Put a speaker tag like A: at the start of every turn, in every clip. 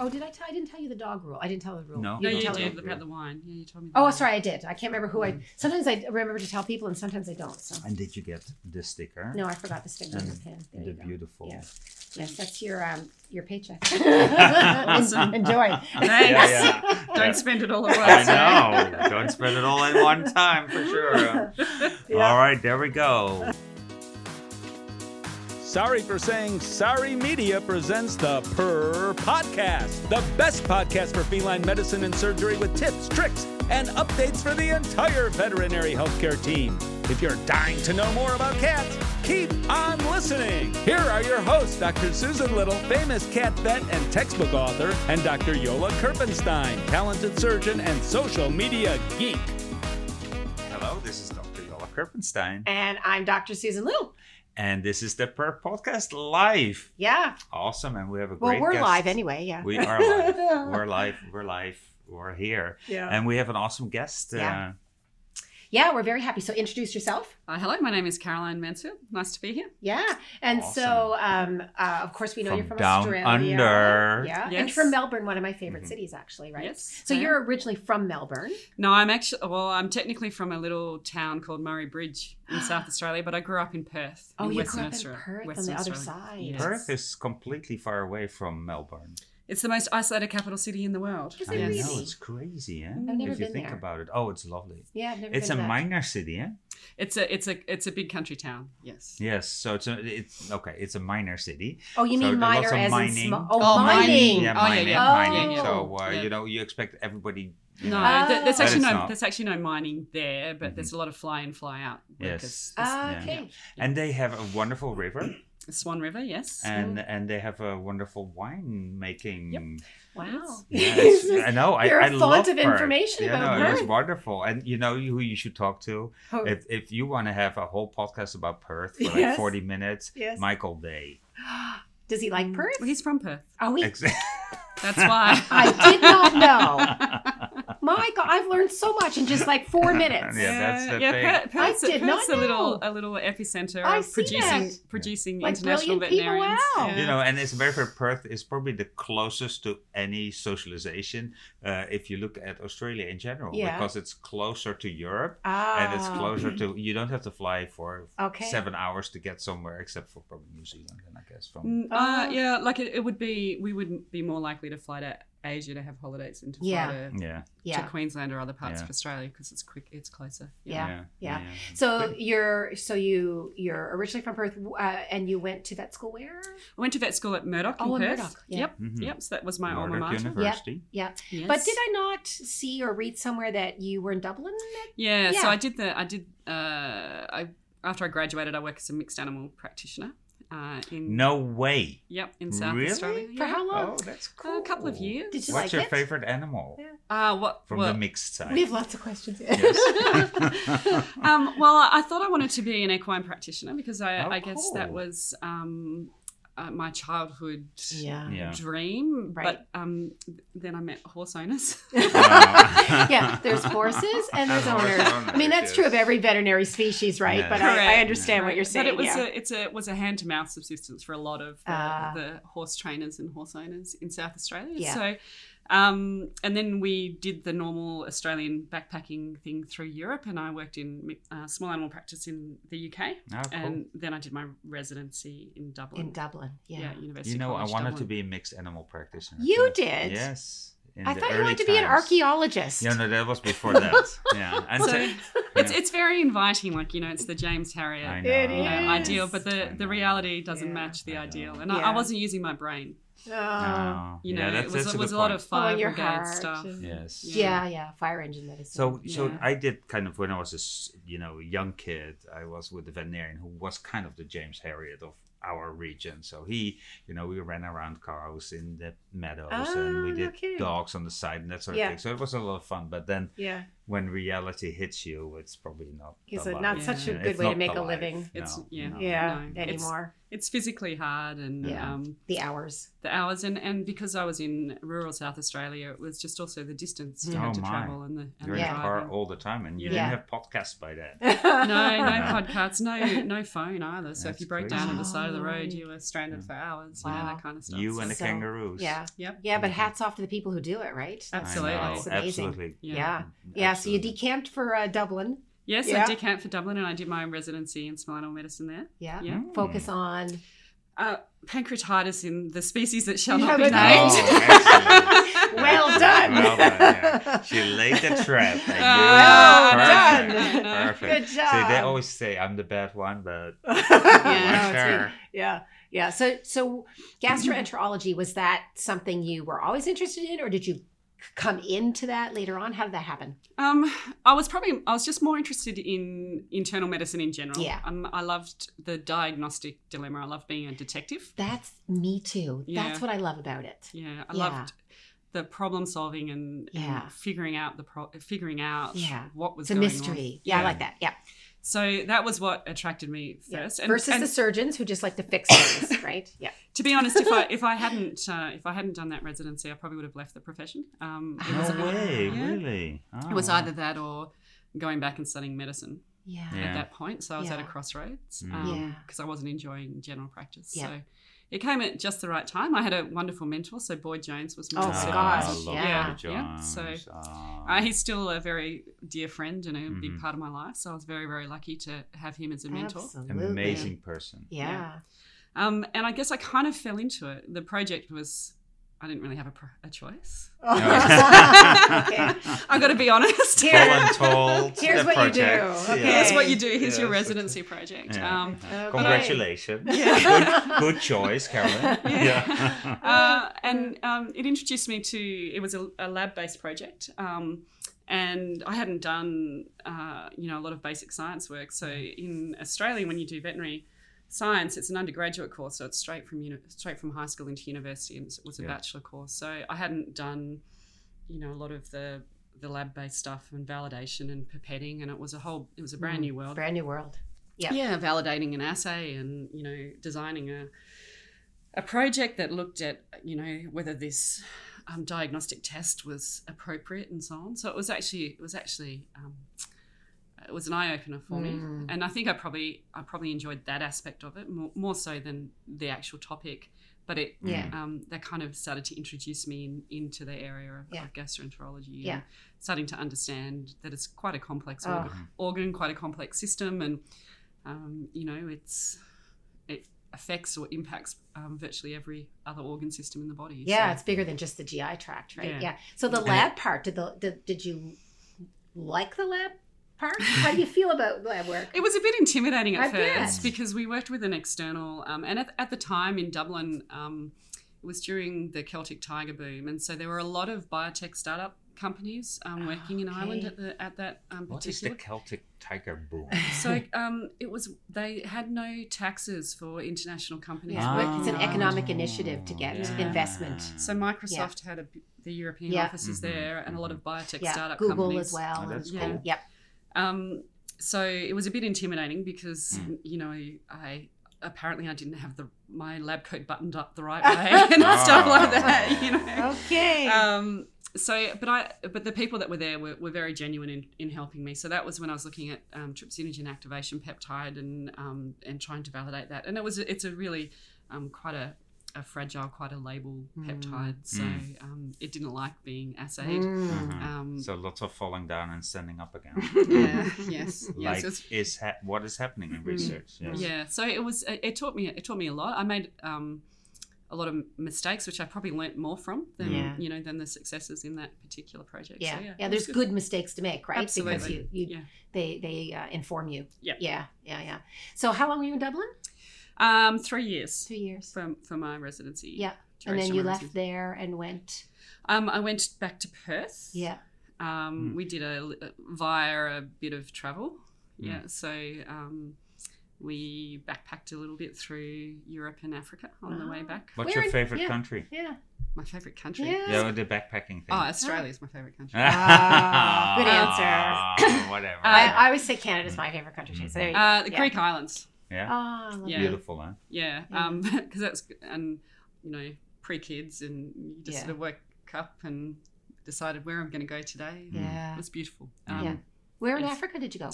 A: Oh, did I tell? I didn't tell you the dog rule. I didn't tell the rule.
B: No.
A: You
C: no,
A: didn't
C: you
A: tell the
C: did
A: rule.
C: the pet the wine. Yeah, you told me.
A: Oh,
C: that.
A: sorry, I did. I can't remember who
B: Mm.
A: I. Sometimes I remember to tell people, and sometimes I don't. So
B: And did you get the sticker?
A: no, I forgot the sticker in
B: And
A: his hand. There
B: the
A: you go.
B: beautiful.
A: Yeah. Yes, that's your um your paycheck.
B: Awesome.
A: Enjoy.
C: Thanks.
B: Yeah, yeah.
C: Don't
B: Yeah.
C: spend it all at once.
B: I know. Don't spend it all at one time for sure.
A: Yeah.
B: All right, there we go.
D: Sorry for saying sorry media presents the PER podcast, the best podcast for feline medicine and surgery with tips, tricks, and updates for the entire veterinary healthcare team. If you're dying to know more about cats, keep on listening. Here are your hosts, Dr. Susan Little, famous cat vet and textbook author, and Dr. Yola Kerpenstein, talented surgeon and social media geek.
B: Hello, this is Dr. Yola Kerpenstein,
A: And I'm Dr. Susan Little.
B: and this is the Per Podcast Live.
A: Yeah.
B: Awesome, and we have a
A: Well,
B: great
A: we're
B: guest.
A: live anyway. Yeah.
B: We are live. We're live. We're live. We're here,
A: yeah.
B: and we have an awesome guest.
A: Yeah.
B: Uh,
A: yeah, we're very happy. So introduce yourself.
C: Uh, hello, my name is Caroline Mansfield. Nice to be here.
A: Yeah. And so, um, uh, of course, we know
B: From
A: you're from
B: down
A: Australia.
B: under.
A: Yeah. And
C: Yes.
A: from Melbourne, one of my favorite
B: Mhm.
A: cities, actually, right?
C: Yes.
A: So
C: I am.
A: you're originally from Melbourne.
C: No, I'm actually. Well, I'm technically from a little town called Murray Bridge in South Australia, but I grew up in Perth.
A: Oh,
C: in
A: you
C: Western
A: grew up in
C: Australia.
A: Perth on
C: Western
A: the other
C: Australia.
A: side.
C: Yes.
B: Perth is completely far away from Melbourne.
C: It's the most isolated capital city in the world.
A: Is it
B: I
A: Yes. really?
B: know it's crazy, eh?
C: I've
A: never
B: if you
A: been
B: think
A: there.
B: about it, oh, it's lovely.
A: Yeah. I've never
B: It's a
A: been to that.
B: minor city, eh?
C: It's a it's a it's a big country town. Yes.
B: Yes, so it's a, it's okay. It's a minor city.
A: Oh, you
B: so
A: mean
B: there are lots
A: minor
B: of
A: as
B: mining.
A: in small? Oh,
C: Oh,
A: mining.
C: mining.
B: Yeah,
C: Oh, yeah,
B: mining,
C: yeah.
B: mining.
A: Yeah,
B: So
C: yeah.
B: uh,
C: Yeah.
B: you know, you expect everybody. You
C: No,
B: know,
A: Ah.
C: th- there's
A: That
C: actually
B: is
C: no
B: not-
C: there's actually no mining there, but
B: Mhm.
C: there's a lot of fly in fly out.
B: Yes.
C: workers. There's
A: Ah,
B: Yeah.
A: okay.
B: And they have a wonderful river,
C: the Swan River, yes.
B: and and they have a wonderful wine making.
A: Wow.
B: Yeah, it's- I know. I,
A: You're a
B: I
A: font
B: love
A: of
B: Perth.
A: information
B: yeah,
A: about
B: no, It was
A: Perth.
B: wonderful, and you know who you should talk to
A: Oh,
B: if if you want to have a whole podcast about Perth for like
A: Yes.
B: forty minutes.
A: yes.
B: Michael Day.
A: Does he like Perth?
C: Mm. Well, he's from Perth.
A: Oh, he.
B: Ex-
C: That's why.
A: I did not know. My God, I've learned so much in just like four minutes.
B: Yeah, that's the
C: yeah,
B: thing.
C: Per- Perth's,
A: I did not
C: Perth's a
A: know.
C: little a little epicenter
A: I
C: of
A: see
C: producing
A: that.
C: producing
A: Like
C: international
A: brilliant people,
C: veterinarians.
A: wow.
C: Yeah.
B: You know, and it's very fair. Perth is probably the closest to any socialization uh, if you look at Australia in general,
A: Yeah.
B: because it's closer to Europe
A: Ah.
B: and it's closer to. You don't have to fly for
A: Okay.
B: seven hours to get somewhere, except for probably New Zealand, and I guess from.
C: Mm, uh,
A: Ah.
C: yeah, like it, it would be we would be more likely to fly to Asia to have holidays than to fly
A: Yeah.
C: to,
B: Yeah,
C: to
A: Yeah.
C: Queensland or other parts
B: Yeah.
C: of Australia because it's quick, it's closer.
A: Yeah,
B: yeah,
A: yeah. So you're so you you're originally from Perth, uh, and you went to vet school where?
C: I went to vet school at Murdoch
A: Oh,
C: in
A: at
C: Perth.
A: Murdoch, yeah.
C: Yep,
B: Mhm.
C: yep. So that was my alma
B: Murdoch
C: mater.
B: University.
A: Yeah.
C: Yes.
A: But did I not see or read somewhere that you were in Dublin?
C: Yeah, so
A: Yeah.
C: I did the I did uh I after I graduated I work as a mixed animal practitioner uh in
B: No way.
C: yep in South
B: Really?
C: Australia
A: For
C: yeah.
A: how long?
B: Oh, that's cool.
C: Uh, a couple of years.
A: Did you
B: What's
A: like
B: your
A: it?
B: favorite animal
C: Uh, what
B: from
C: well,
B: the mixed side?
A: We have lots of questions.
B: Yes.
C: um, well, I thought I wanted to be an equine practitioner because I,
B: Oh,
C: I guess that
B: cool.
C: was um, uh, my childhood
A: yeah.
B: Yeah.
C: dream.
A: Right.
C: But um, then I met horse owners.
B: Wow.
A: yeah, there's horses and there's
B: And horse
A: owners. I mean, that's
B: owners,
A: true of
B: yes.
A: every veterinary species, right?
B: Yeah.
A: But I, I
C: Correct.
A: understand what you're saying.
C: But it was
A: yeah.
C: a it's a it was a hand to mouth subsistence for a lot of the,
A: Ah.
C: the horse trainers and horse owners in South Australia.
A: Yeah.
C: So, um, and then we did the normal Australian backpacking thing through Europe, and I worked in mi- uh, small animal practice in the UK,
B: Oh, cool.
C: and then I did my residency in Dublin.
A: in Dublin. Yeah.
C: yeah. University.
B: you know, I
C: College
B: wanted to
C: Dublin.
B: be a mixed animal practitioner.
A: You
B: too.
A: did.
B: Yes. in
A: I
B: the
A: thought you
B: early
A: wanted to be an
B: times.
A: archaeologist.
B: Yeah, no, that was before that. yeah, and
C: So,
B: so-
C: It's
B: yeah.
C: it's very inviting, like you know, it's the James Harriet.
B: I
A: It
C: You know,
A: Yes.
C: ideal, but
B: I
C: the, the
B: know.
C: reality doesn't
A: Yeah.
C: match the
B: I know.
C: ideal, and I,
A: Yeah.
C: I wasn't using my brain.
A: Oh.
B: No.
C: You know,
B: yeah, that's,
C: it was,
B: that's
C: it was a
B: good
C: lot
B: point.
C: of fire
A: and Oh, your
C: brigade
A: heart
C: stuff.
A: and-
B: Yes.
A: Yeah, yeah. Fire engine medicine.
B: So, so
C: Yeah.
B: I did kind of when I was a s- you know young kid, I was with a veterinarian who was kind of the James Harriet of our region. So he, you know, we ran around cows in the meadows
A: Ah,
B: and we
A: no
B: did
A: kidding.
B: dogs on the side and that sort
A: Yeah.
B: of thing. So it was a lot of fun. But then
A: yeah.
B: when reality hits you, it's probably not.
A: It's
B: the
A: a-
B: life.
A: not such a
B: Yeah,
A: good
B: it's
A: way to
B: not
A: make
B: the
A: a
B: life.
A: living.
C: It's-
B: No,
C: yeah.
B: no.
A: yeah
C: no, it's-
A: anymore.
C: It's physically hard and
A: Yeah.
C: um,
A: The hours.
C: the hours and, and because I was in rural South Australia, it was just also the distance you
B: Mm.
C: had
B: Oh,
C: to
B: my.
C: travel and the and
B: You're
C: the
B: in
A: Yeah.
B: the car
C: driving.
B: all the time, and you
A: Yeah.
B: didn't have podcasts by then.
C: No, no podcasts, no no phone either. So if
B: That's
C: you broke
B: crazy.
C: down on the side of the
A: Oh.
C: road, you were stranded
B: Yeah.
C: for hours. You know
A: Wow.
C: that kind of stuff.
B: You and the
A: So-
B: kangaroos.
A: Yeah.
C: Yep.
A: Yeah, but
B: Mhm.
A: hats off to the people who do it, right?
B: I know,
C: Absolutely.
A: It's amazing.
B: Absolutely. Mm,
A: Yeah. Yeah, so you
B: Absolutely.
A: decamped for uh, Dublin.
C: Yes,
A: Yeah.
C: I decamped for Dublin and I did my residency in spinal medicine there.
A: Yeah.
C: Yeah.
B: Mm.
A: Focus on
C: Uh, pancreatitis in the species that shall
A: You
C: not be
A: have a
C: named.
B: Oh,
A: Well done.
B: Well done, yeah. She laid the trap. And you
A: Ah,
B: perfect,
C: Oh, done.
B: Perfect.
A: Good
B: See, they
A: job.
B: always say I'm the bad one, but
A: yeah,
B: watch
A: no, it's
B: her.
A: good. yeah, yeah. So, so gastroenterology was that something you were always interested in, or did you c- come into that later on? How did that happen?
C: Um, I was probably I was just more interested in internal medicine in general.
A: Yeah.
C: Um, I loved the diagnostic dilemma. I loved being a detective.
A: That's me too.
C: Yeah.
A: That's what I love about it.
C: Yeah, I
A: Yeah.
C: loved the problem solving and, and
A: Yeah.
C: figuring out the pro- figuring out
A: Yeah.
C: what was
A: It's a
C: going on.
A: mystery. Yeah, I like that. Yeah.
C: So that was what attracted me
A: yeah.
C: first. And,
A: Versus
C: and
A: the surgeons who just like to fix things, right? Yeah.
C: to be honest, if I if I hadn't uh, if I hadn't done that residency, I probably would have left the profession. Um, it was,
A: a
B: No
A: bit-
B: way,
C: yeah.
B: really.
C: it
B: Oh,
C: was
B: wow.
C: either that or going back and studying medicine
A: Yeah.
B: Yeah.
C: at that point. So I was at a
A: Yeah.
C: crossroads
B: Mm.
C: because
A: Yeah.
C: I wasn't enjoying general practice.
A: Yeah.
C: So it came at just the right time. I had a wonderful mentor. So Boyd Jones was my
A: Oh, my
C: supervisor.
A: gosh,
B: Ah, I love
A: yeah.
B: Bridget
C: Yeah, so
B: Jones. Oh.
C: Uh, he's still a very dear friend and a big
B: Mhm.
C: part of my life. So I was very, very lucky to have him as a mentor.
A: Absolutely.
B: amazing person.
A: Yeah.
C: Yeah. Um, and I guess I kind of fell into it. The project was, I didn't really have a, pro- a choice.
B: Oh.
A: Okay.
C: I've got to be honest.
A: Here-
B: Tall and tall.
A: Here's
B: the
A: what you do,
B: project.
A: okay.
C: Here's what you do. Here's
B: Yeah,
C: your
B: that's okay.
C: residency project.
B: Yeah.
C: Um,
A: Okay.
B: Congratulations.
A: Yeah.
B: Good, good choice, Carolyn.
C: Yeah. uh, and um, it introduced me to it was a, a lab-based project um, and i hadn't done uh, you know a lot of basic science work so in australia when you do veterinary science it's an undergraduate course so it's straight from uni- straight from high school into university and it was a
B: Yeah.
C: bachelor course so i hadn't done you know a lot of the the lab-based stuff and validation and pipetting and it was a whole it was a brand new world
A: Brand new world. Yeah.
C: yeah validating an assay and you know designing a a project that looked at you know whether this um, diagnostic test was appropriate and so on so it was actually it was actually um, it was an eye opener for me
A: Mm.
C: and I think I probably I probably enjoyed that aspect of it more, more so than the actual topic but it
B: Mm.
A: Yeah.
C: um, that kind of started to introduce me in, into the area of,
A: Yeah.
C: of gastroenterology
A: Yeah.
C: and starting to understand that it's quite a complex
A: Oh.
C: organ, organ, quite a complex system, and um, you know it's it affects or impacts um, virtually every other organ system in the body.
A: Yeah,
C: so,
A: it's bigger than just the GI tract, right?
C: Yeah.
A: Yeah. So the
B: And
A: lab part, did the did, did you like the lab part? How do you feel about lab work?
C: it was a bit intimidating at
A: I bet.
C: first because we worked with an external, um, and at, at the time in Dublin. Um, it was during the Celtic tiger boom, and so there were a lot of biotech startup companies um, working in Ireland
A: Ah, Okay.
C: at, the, at that um, particular.
B: What is the Celtic tiger boom?
C: So um, it was they had no taxes for international companies.
A: Yeah, well, it's an
C: working in Ireland.
A: economic initiative to get
B: Ah.
C: Yeah.
A: investment.
C: So Microsoft had a, the European
A: Yeah.
C: offices
B: Mhm,
C: there and a lot of biotech
A: Yeah,
C: startup
A: Google
C: companies.
A: as well.
B: Oh, that's
A: and-
C: cool.
A: Yep.
C: Um, so it was a bit intimidating because
B: Mm.
C: you know I apparently I didn't have the my lab coat buttoned up the right way and stuff like that. You know.
A: Okay.
C: Um, so, but I, but the people that were there were, were very genuine in, in helping me. So that was when I was looking at um, trypsinogen activation peptide and um, and trying to validate that. And it was it's a really um, quite a, a fragile, quite a labile
A: Mm.
C: peptide. So
B: Mm.
C: um, it didn't like being assayed.
A: Mm.
B: Mhm.
C: Um,
B: So lots of falling down and standing up again.
C: yeah, yes, yes.
B: Like
C: it was-
B: is ha- what is happening in
C: Mm.
B: research? Yes.
C: yeah. So it was it it taught me it taught me a lot. I made um, a lot of mistakes, which I probably learnt more from than
A: Yeah.
C: you know than the successes in that particular project.
A: Yeah.
C: so,
A: yeah,
C: yeah, it was
A: There's good. mistakes to make, right? Because you,
C: Absolutely.
A: you
C: Yeah.
A: they they uh, inform you.
C: Yeah.
A: yeah, yeah, yeah. So how long were you in Dublin?
C: Um, three years
A: Two years.
C: for, for my residency.
A: Yeah, and
C: duration
A: then
C: of
A: you
C: my
A: left
C: residency.
A: there and went.
C: Um, I went back to Perth.
A: Yeah.
C: Um,
B: Mm.
C: we did a uh, via a bit of travel. Yeah. So um, we backpacked a little bit through Europe and Africa on the way
A: Wow.
C: back.
B: What's
A: Where
B: your
A: in-
B: favorite
A: yeah.
B: country?
A: Yeah.
C: my favorite country.
A: Yeah.
B: Yeah, with the backpacking thing.
C: Oh, Australia's my favorite country.
A: Ah, good answer.
B: Ah, Whatever.
A: I, I always say Canada's
B: Mm.
A: my favorite country too. So there you go.
C: Uh, the
A: Yeah.
C: Greek islands.
B: yeah.
A: Ah, I love
C: Yeah.
A: that.
B: Mm-hmm. Beautiful, huh?
C: Yeah,
A: Yeah.
C: Um 'cause because that's and you know pre kids and you just
A: Yeah.
C: sort of woke up and decided where I'm going to go today.
B: Mm.
A: Yeah.
C: It's beautiful.
A: Hmm.
B: Yeah.
C: Um,
A: Where in
C: Yes.
A: Africa did you go?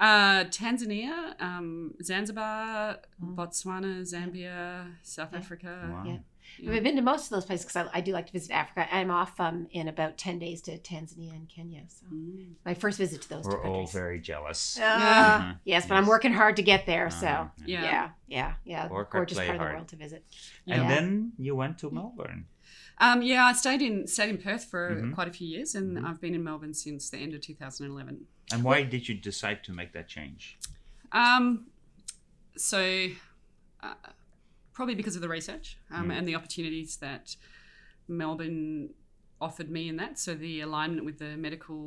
C: uh, Tanzania, um, Zanzibar,
A: Mm.
C: Botswana, Zambia, South
A: Uh, Yeah.
C: Africa.
B: Wow.
A: yeah.
C: Yeah.
A: I've been to most of those places because I, I do like to visit Africa. I'm off um, in about 10 days to Tanzania and Kenya. So
C: Mm.
A: my first visit to those two
B: We're all
A: countries.
B: very jealous.
A: Mm-hmm. Ah,
B: Mhm.
A: yes, but I'm
B: Yes.
A: working hard to get there. So
B: Uh,
C: Yeah.
A: yeah, yeah, yeah.
B: Work hard,
A: Gorgeous
B: play
A: part of the
B: hard.
A: world to visit.
B: And
A: Yeah.
B: then you went to Melbourne.
C: Um, yeah, I stayed in stayed in Perth for
B: Mhm.
C: quite a few years, and
B: Mhm.
C: I've been in Melbourne since the end of 2011.
B: And why did you decide to make that change?
C: Um, so, uh, probably because of the research um,
B: Mm.
C: and the opportunities that Melbourne offered me in that. So, the alignment with the medical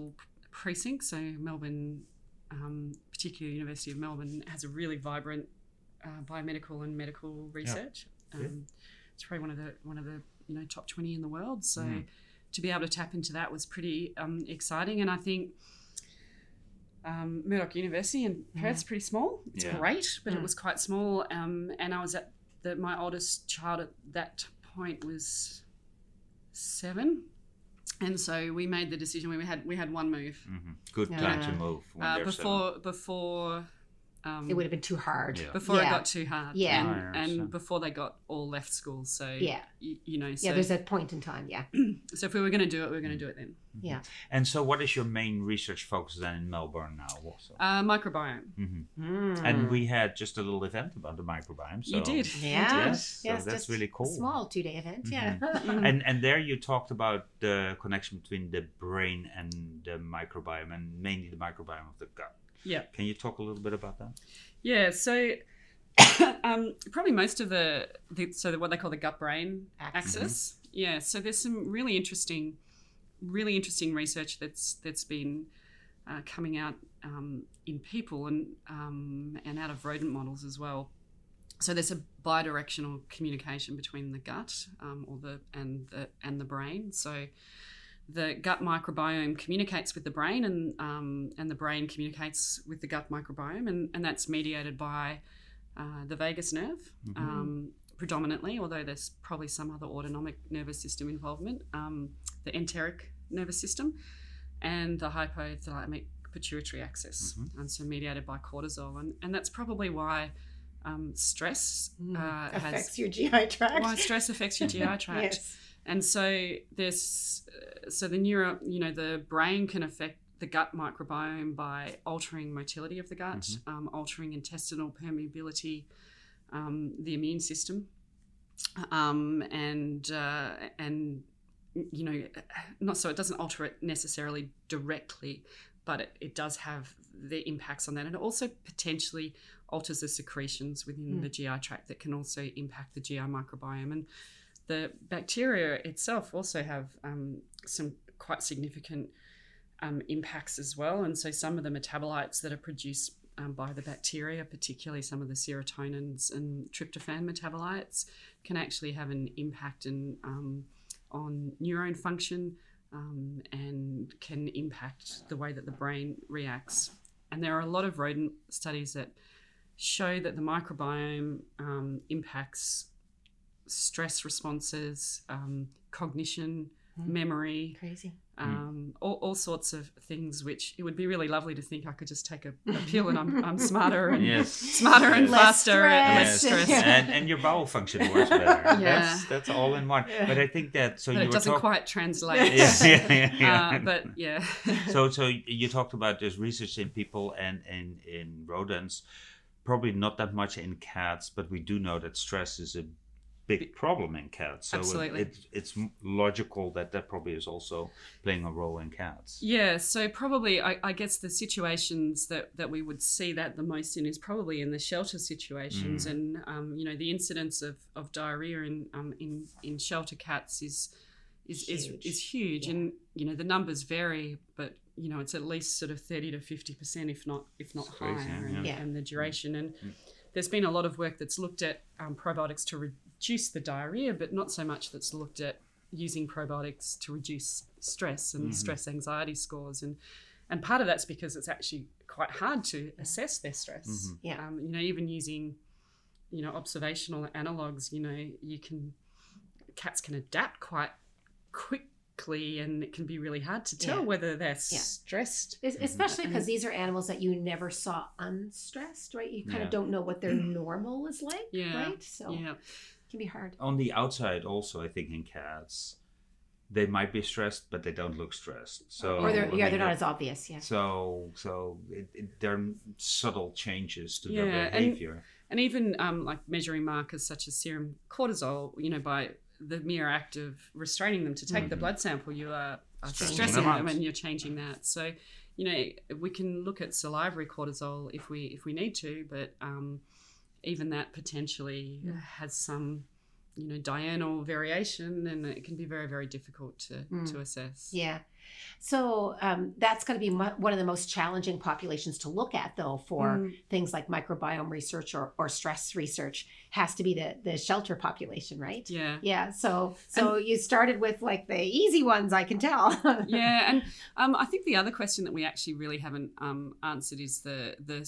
C: precinct. So, Melbourne, um, particularly University of Melbourne, has a really vibrant uh, biomedical and medical research.
B: Yeah.
C: Um, it's probably one of the one of the you know top twenty in the world. So,
B: Mm.
C: to be able to tap into that was pretty um, exciting, and I think um, Murdoch University in
A: Yeah.
C: Perth's pretty small. It's
B: Yeah.
C: great, but
A: Mm.
C: it was quite small. Um, and I was at the, my oldest child at that point was seven, and so we made the decision. We had we had one move
B: hmm Good plan to
A: Yeah.
B: move when
C: uh,
B: they're
C: before before um,
A: It would have been too hard.
B: Yeah.
C: before
A: Yeah.
C: it got too hard.
A: Yeah.
C: and-
B: Oh, yeah, I
C: and,
B: understand.
C: before they got all left school. So
A: Yeah.
C: y- you know, so,
A: Yeah, there's a point in time. Yeah.
C: so if we were going to do it, we were going
B: Mm.
C: to do it then.
A: Yeah.
B: seven. And so, what is your main research focus then in Melbourne now? Also,
C: Uh, microbiome.
B: hmm
A: Mm.
B: and we had just a little event about the microbiome. So
C: Mm. You did. You
A: Yeah.
C: did.
B: Yes, so that's
A: just
B: really cool.
A: Small two day event.
B: Mhm.
A: Yeah.
C: Mm-hmm.
B: And and there you talked about the connection between the brain and the microbiome, and mainly the microbiome of the gut.
C: Yeah.
B: Can you talk a little bit about that?
C: Yeah, so um, probably most of the, the so the, what they call the gut brain
A: Axis.
C: axis. Yeah, so there's some really interesting, really interesting research that's that's been uh, coming out um, in people and um, and out of rodent models as well. So there's a bidirectional communication between the gut um, or the and the and the brain. So the gut microbiome communicates with the brain, and um, and the brain communicates with the gut microbiome, and, and that's mediated by uh, the vagus nerve
B: Mhm.
C: um, predominantly, although there's probably some other autonomic nervous system involvement, um, the enteric nervous system, and the hypothalamic pituitary axis, and so mediated by cortisol, and, and that's probably why um, stress
A: Mm.
C: uh, has
A: Affects your GI tract.
C: why stress affects your GI tract
A: Yes.
C: and so this uh, so the neuro you know the brain can affect the gut microbiome by altering motility of the gut
B: Mhm.
C: um, altering intestinal permeability um, the immune system um, and uh, and you know not so it doesn't alter it necessarily directly but it, it does have the impacts on that and it also potentially alters the secretions within
A: Mm.
C: the GI tract that can also impact the GI microbiome and the bacteria itself also have um, some quite significant um, impacts as well. And so some of the metabolites that are produced um, by the bacteria, particularly some of the serotonins and tryptophan metabolites, can actually have an impact in, um, on neuron function um, and can impact the way that the brain reacts. And there are a lot of rodent studies that show that the microbiome um, impacts stress responses, um, cognition,
A: Mm.
C: memory,
A: Crazy.
B: Mm.
C: um, all, all sorts of things. Which it would be really lovely to think I could just take a, a pill and I'm, I'm smarter and
B: Yes.
C: smarter and
B: Yes.
A: Less
C: faster and less
A: stress.
C: stressed.
A: Yes.
B: and, and your bowel function works better.
C: Yeah.
B: That's that's all in one.
A: Yeah.
B: But I think that so
C: But
B: you
C: it
B: were
C: doesn't
B: talk-
C: quite translate.
B: Yeah, yeah, yeah, yeah.
C: Uh, but yeah,
B: so so you talked about there's research in people and in in rodents probably not that much in cats but we do know that stress is a big problem in cats so it-
C: Absolutely.
B: It, it's m- logical that that probably is also playing a role in cats
C: yeah. So probably I, I guess the situations that that we would see that the most in is probably in the shelter situations,
B: Mm.
C: and um, you know the incidence of, of diarrhea in um, in in shelter cats is is is
A: Huge.
C: is huge,
A: Yeah.
C: and you know the numbers vary, but you know it's at least sort of thirty to fifty percent, if not if not
B: It's
C: higher,
B: crazy, yeah.
C: and,
A: Yeah.
C: and the duration. And
B: Mm.
C: there's been a lot of work that's looked at um, probiotics to reduce the diarrhea, but not so much that's looked at using probiotics to reduce stress
A: Mm-hmm.
C: and stress anxiety scores and and part of that's because it's actually quite hard to assess their stress.
B: Mhm.
A: Yeah.
C: Um, you know, even using you know observational analogs, you know, you can cats can adapt quite quickly, and it can be really hard to tell
A: Yeah.
C: whether they're stressed.
A: Es- Especially because these are animals that you never saw unstressed, right? You kind
B: Yeah.
A: of don't know what their normal is like,
C: Mm. Yeah.
A: right? So
C: Yeah.
A: it can be hard.
B: on the outside also i think in cats they might be stressed but they don't look stressed so
A: or they're
B: Oh, I
A: yeah,
B: mean,
A: they're not as obvious. Yeah.
B: so so it, it, there are subtle changes to
C: Yeah,
B: their
C: and-
B: behavior
C: and even um, like measuring markers such as serum cortisol you know by the mere act of restraining them to take the
B: Mhm.
C: blood sample you are, are
B: Stressing
C: stressing
B: them out.
C: them and you're changing that so you know we can look at salivary cortisol if we if we need to but um, even that potentially
A: Mm.
C: has some you know diurnal variation and it can be very very difficult to
A: Mm.
C: to assess
A: Yeah. So um, that's going to be mu- one of the most challenging populations to look at, though, for
C: Mm.
A: things like microbiome research or, or stress research, has to be the, the shelter population, right?
C: yeah
A: Yeah. So so you started with like the easy ones, I can tell.
C: yeah, and um, I think the other question that we actually really haven't um, answered is the the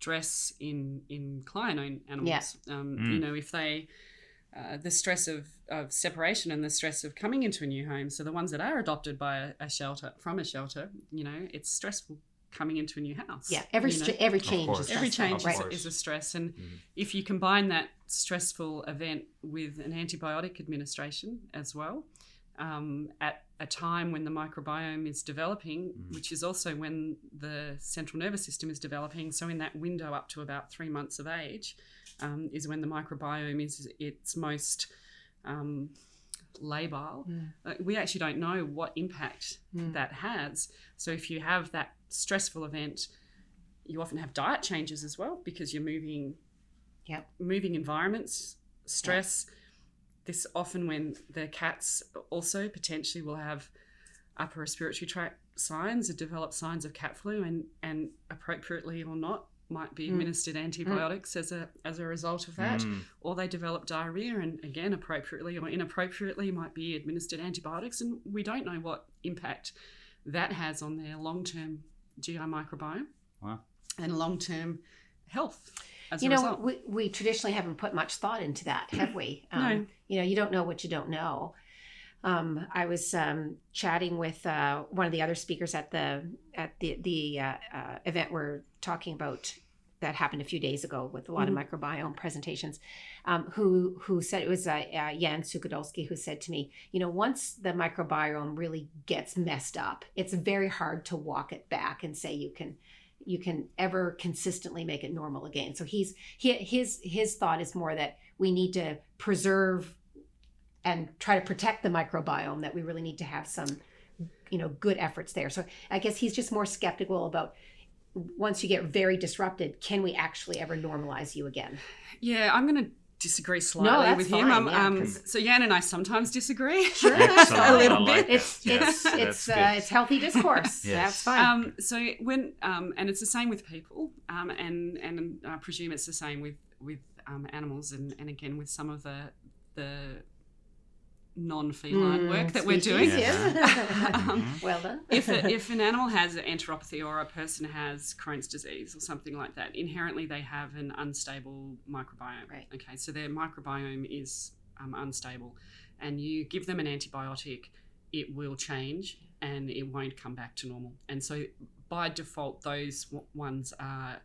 C: stress in in client-owned animals. Um,
B: Mm.
C: You know, if they uh, the stress of, of separation and the stress of coming into a new home. So the ones that are adopted by a, a shelter from a shelter, you know, it's stressful coming into a new house.
A: yeah. Every
C: you know?
A: str every change
B: course.
A: is
C: every
A: stressful,
C: change
B: Of
A: right?
B: course.
C: is, is a stress, and
B: Mhm.
C: if you combine that stressful event with an antibiotic administration as well, um, at a time when the microbiome is developing,
B: Mhm.
C: which is also when the central nervous system is developing, so in that window up to about three months of age, um, is when the microbiome is its most um, labile.
A: Mm.
C: Uh, we actually don't know what impact
A: Mm.
C: that has. So if you have that stressful event, you often have diet changes as well because you're moving
A: Yep.
C: moving environments, stress. This often when the cats also potentially will have upper respiratory tract signs or develop signs of cat flu and and appropriately or not might be
A: Mm.
C: administered antibiotics as a as a result of that
B: Mm,
C: or they develop diarrhea and again appropriately or inappropriately might be administered antibiotics and we don't know what impact that has on their long-term GI microbiome
B: Wow.
C: and long-term health as
A: you
C: a
A: know,
C: result.
A: we, we traditionally haven't put much thought into that, have we? Um,
C: No.
A: You know, you don't know what you don't know. Um, I was um, chatting with uh, one of the other speakers at the at the the uh, uh, event we're talking about that happened a few days ago with a lot of microbiome presentations. Um, who who said it was uh, uh, Jan Sukudolski who said to me, you know, once the microbiome really gets messed up, it's very hard to walk it back and say you can you can ever consistently make it normal again. So he's he, his his thought is more that we need to preserve and try to protect the microbiome that we really need to have some you know good efforts there. So I guess he's just more skeptical about once you get very disrupted, can we actually ever normalize you again?
C: Yeah, I'm going to disagree slightly
A: that's
C: with him.
A: fine,
C: Um,
A: yeah,
C: um,
A: 'cause-
C: so Jan and I sometimes disagree.
B: Excellent.
C: a little
B: I like
C: bit.
B: that.
A: It's
B: Yeah,
A: it's
B: that's
A: it's
B: good.
A: uh, it's healthy discourse.
B: Yes.
A: That's fine.
C: Um, so when um, and it's the same with people, um, and and I presume it's the same with with um, animals, and, and again with some of the the non feline
A: Mm,
C: Oh, work that we're doing.
A: species, yes.
C: um,
A: well done.
C: if, a, if an animal has enteropathy or a person has Crohn's disease or something like that, inherently they have an unstable microbiome.
A: Right.
C: Okay, so their microbiome is um, unstable, and you give them an antibiotic, it will change and it won't come back to normal. And so by default, those w- ones are.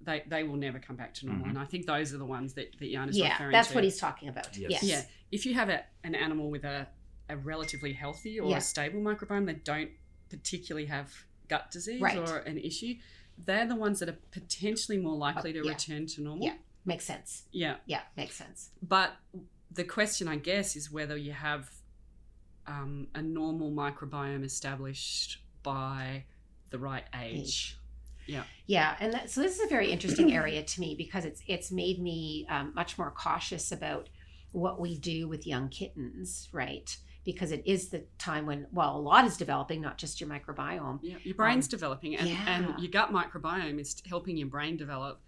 C: They, they will never come back to normal.
B: Mhm.
C: And I think those are the ones that, that Jan is
A: Mm-hmm. yeah,
C: referring
A: that's
C: to.
A: what he's talking about.
B: Yes.
A: Yes.
C: Yeah. If you have a, an animal with a, a relatively healthy or
A: Yeah.
C: a stable microbiome that don't particularly have gut disease
A: Right.
C: or an issue, they're the ones that are potentially more likely to
A: yeah.
C: return to normal.
A: Yeah. Makes sense.
C: Yeah.
A: Yeah, makes sense.
C: But the question, I guess, is whether you have um, a normal microbiome established by the right age.
A: Yeah, and that, so this is a very interesting area to me because it's it's made me um, much more cautious about what we do with young kittens, right? Because it is the time when well, a lot is developing, not just your microbiome.
C: Yeah. Your brain's developing, and,
A: Um, yeah.
C: and your gut microbiome is helping your brain develop.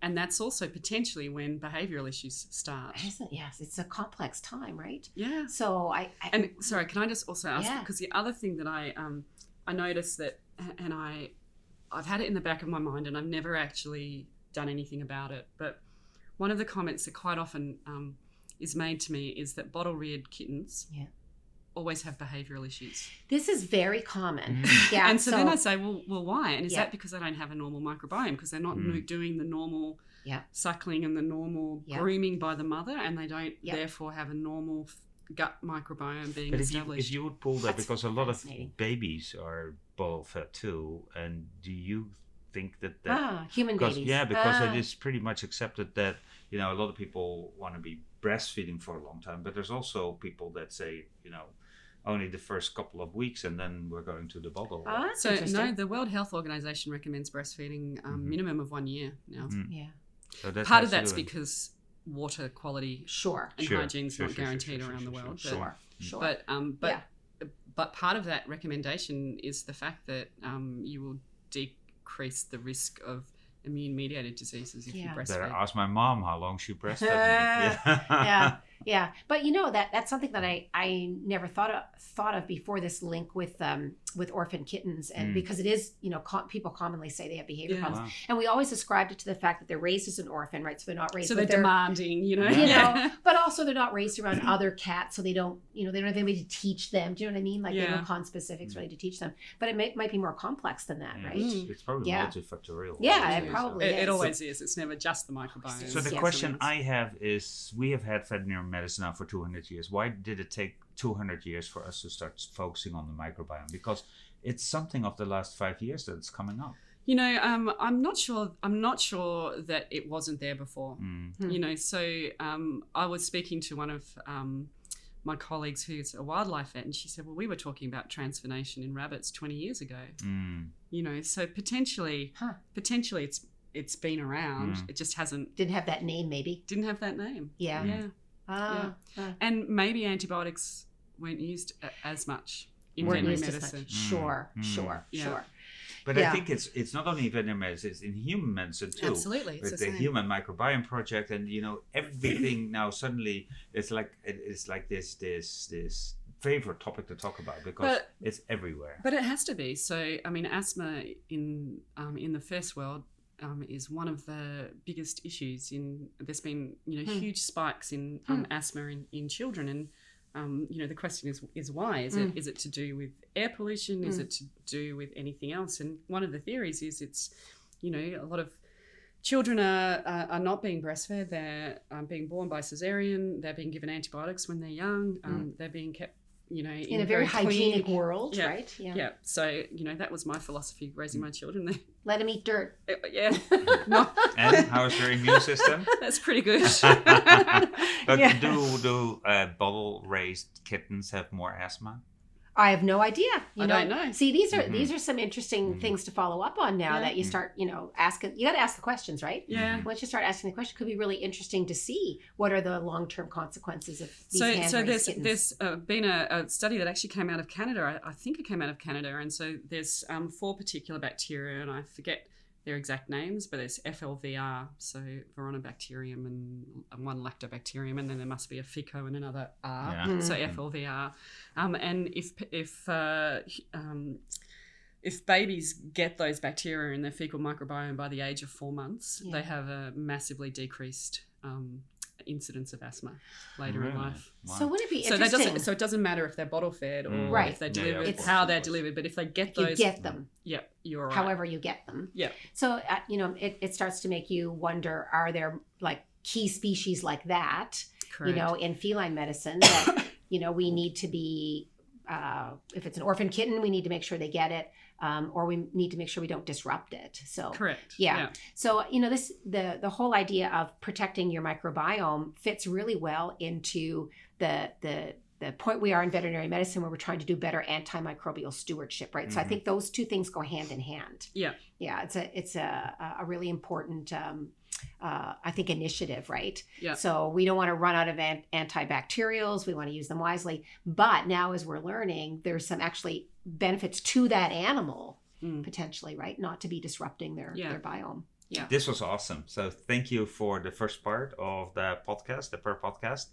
C: And that's also potentially when behavioural issues start.
A: Isn't- yes, it's a complex time, right?
C: Yeah.
A: So I, I
C: And sorry, can I just also ask?
A: Yeah.
C: Because the other thing that I um, I noticed that, and I, I've had it in the back of my mind, and I've never actually done anything about it. But one of the comments that quite often um, is made to me is that bottle-reared kittens
A: Yeah.
C: always have behavioural issues.
A: this is very common.
B: Mm.
A: Yeah.
C: Mm-hmm. and so, then I say, well, well, why? And is
A: Yeah.
C: that because they don't have a normal microbiome? Because they're not
B: Mm.
C: no- doing the normal
A: Yeah.
C: suckling and the normal
A: Yeah.
C: grooming by the mother, and they don't
A: Yeah.
C: therefore have a normal f- gut microbiome being
B: But if you,
C: established.
B: if you would pull that,
A: That's
B: because a lot of
A: fascinating.
B: babies are bottle fed too, and do you think that that
A: ah, human
B: because
A: babies.
B: yeah, because
A: Ah,
B: it is pretty much accepted that you know a lot of people want to be breastfeeding for a long time, but there's also people that say you know only the first couple of weeks and then we're going to the bottle.
A: Ah, that's
C: So
A: interesting. Mm-hmm.
C: no, the World Health Organization recommends breastfeeding um,
B: Mhm.
C: minimum of one year now.
B: Mm.
A: Yeah.
B: So that
C: Part
B: has
C: of
B: to
C: that's
B: do with-
C: because water quality
A: Sure.
C: and
B: Sure,
C: hygiene's
B: sure,
C: not
B: sure, sure,
C: guaranteed
B: sure,
C: around
B: sure,
C: the
B: sure,
C: world.
B: sure.
A: Sure. Sure.
C: But um, but but part of that recommendation is the fact that um, you will decrease the risk of immune mediated diseases if you
A: Yeah.
B: Better
C: breastfeed.
B: ask my mom how long she breastfed me. Yeah.
A: yeah yeah but you know that that's something that i i never thought of thought of before this link with um with orphan kittens and
B: Mm.
A: because it is you know com- people commonly say they have behavior
C: Yeah.
A: problems
B: Wow.
A: and we always ascribed it to the fact that they're raised as an orphan right so they're not raised
C: So they're
A: with their-
C: demanding, you know.
B: You
A: know, but also they're not raised around other cats so they don't you know they don't have anybody to teach them do you know what i mean like they have
C: Yeah.
A: no con specifics really to teach them but it may, might be more complex than that
B: Yeah,
A: right
B: It's,
C: Mm.
B: it's probably
A: Yeah.
B: multifactorial.
A: Yeah,
B: It is,
A: it
B: uh,
A: probably
C: it,
A: is.
C: it always is. It's never just the microbiome.
B: So the
A: Yes.
B: question I have is: We have had veterinary medicine now for 200 years. Why did it take 200 years for us to start focusing on the microbiome? Because it's something of the last five years that's coming up.
C: you know, um, I'm not sure. I'm not sure that it wasn't there before.
B: Mm.
A: Hmm.
C: you know so um, i was speaking to one of um, my colleagues who's a wildlife vet and she said well we were talking about transformation in rabbits 20 years ago
B: Mm.
C: you know so potentially
A: Huh.
C: potentially it's it's been around
A: Hmm.
B: Mm.
C: it just hasn't
A: didn't have that name maybe
C: didn't have that name
A: yeah,
B: Mm.
C: yeah
A: Ah, ah.
C: and maybe antibiotics weren't used a- as much in
A: Weren't
C: veterinary
A: used as much.
C: medicine
B: Mm.
A: sure
B: Mm.
A: sure
C: Yeah.
A: sure
B: But I
A: Yeah.
B: think it's it's not only in veterinary medicine; it's in human medicine too.
C: absolutely it's the
B: With the
C: same.
B: Human Microbiome Project, and you know everything now suddenly it's like it- it's like this this this favorite topic to talk about because
C: But-
B: it's everywhere.
C: But it has to be. So, I mean, asthma in um, in the first world um, is one of the biggest issues. In there's been you know
A: Hmm.
C: huge spikes in um, asthma in, in children, and um, you know the question is is why? Is it is it to do with air pollution? Is
A: Hmm.
C: it to do with anything else? And one of the theories is it's you know a lot of Children are, are, are not being breastfed. They're um, being born by cesarean. They're being given antibiotics when they're young. Um, They're being kept, you know, in,
A: Hmm. in a very
C: clean-
A: hygienic world
C: Yeah.
A: right
C: yeah. So, you know, that was my philosophy raising my children.
A: let him eat dirt
C: yeah. No,
B: and how is your immune system?
C: that's pretty good.
B: But
A: Yeah.
B: do do uh, bottle raised kittens have more asthma?
A: I have no idea. You
C: I
A: know?
C: don't know.
A: See, these are
B: Mhm.
A: these are some interesting
B: Mhm.
A: things to follow up on now
C: Yeah.
A: that you
B: Mhm.
A: start, you know, asking. You got to ask the questions, right?
C: yeah.
A: Once you start asking the question, it could be really interesting to see what are the long term consequences of these
C: So,
A: hand
C: so there's
A: kittens.
C: there's uh, been a, a study that actually came out of Canada. I, I think it came out of Canada, and so there's um, four particular bacteria, and I forget their exact names, but it's FLVR, so Veronobacterium, and, and one Lactobacterium, and then there must be a FICO and another R.
B: Yeah.
A: Mm.
C: so
B: Mm.
C: FLVR. Um, and if if uh, um, if babies get those bacteria in their fecal microbiome by the age of four months,
A: Yeah.
C: they have a massively decreased um, incidence of asthma later in
B: Really?
C: life.
B: Wow.
A: so wouldn't it be
C: So that
A: interesting
C: doesn't. So it doesn't matter if they're bottle fed or
B: Mm.
A: Right.
C: if they're
B: Yeah, yeah,
C: delivered,
A: of course,
C: how
B: of
C: they're
B: course.
C: delivered. But if they
A: if
C: get
A: you
C: those,
A: get them
C: yeah, you're all right.
A: however you get them?
C: Yeah.
A: So uh, you know, it, it starts to make you wonder: Are there like key species like that?
C: correct.
A: you know, in feline medicine that, you know, we need to be, uh, if it's an orphan kitten, we need to make sure they get it, um, or we need to make sure we don't disrupt it. So,
C: correct.
A: Yeah. so you know, this the the whole idea of protecting your microbiome fits really well into the the the point we are in veterinary medicine where we're trying to do better antimicrobial stewardship, right? So I
B: Mhm.
A: think those two things go hand in hand.
C: Mm-hmm. Yeah.
A: yeah, it's a it's a a really important. Um, uh, I think initiative, right?
C: Yeah.
A: So we don't want to run out of an- antibacterials. We want to use them wisely. But now, as we're learning, there's some actually benefits to that animal
C: Mm.
A: potentially, right? Not to be disrupting their
C: Yeah.
A: their biome.
C: Yeah.
B: This was awesome. So thank you for the first part of the podcast, the per podcast.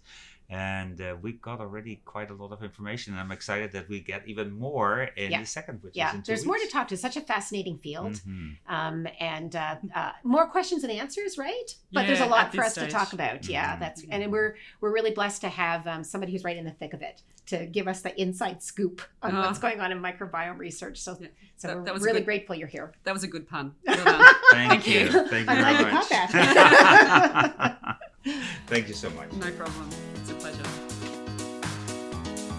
B: And uh, we got already quite a lot of information. I'm excited that we get even more in
A: Yeah.
B: the second, which is
A: yeah,
B: in two
A: there's more to
B: weeks.
A: talk to. It's such a fascinating field,
B: Mhm.
A: um, and uh, uh, more questions and answers, right? But there's
C: Yeah,
A: a lot
C: at
A: for
C: this
A: us to
C: stage.
A: talk about. Yeah,
B: Mhm.
A: that's and we're we're really blessed to have um, somebody who's right in the thick of it to give us the inside scoop on
C: Ah.
A: what's going on in microbiome research. So,
C: Yeah,
A: so
C: that-
A: we're
C: that was a
A: really
C: good-
A: grateful you're here.
C: That was a good pun. Well done.
B: Thank
C: Thank
B: you.
C: you.
B: Thank you
A: I'm glad
B: very
A: you caught
B: much.
A: that.
B: Thank you so much.
C: no problem. It's a pleasure.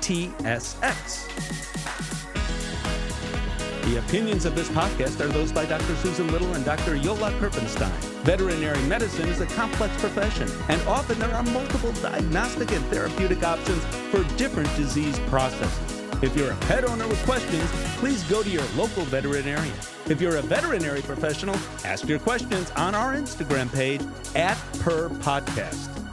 D: TSX. The opinions of this podcast are those by Dr. Susan Little and Dr. Yola Kerpenstein. Veterinary medicine is a complex profession, and often there are multiple diagnostic and therapeutic options for different disease processes. If you're a pet owner with questions, please go to your local veterinarian. If you're a veterinary professional, ask your questions on our Instagram page at Per Podcast.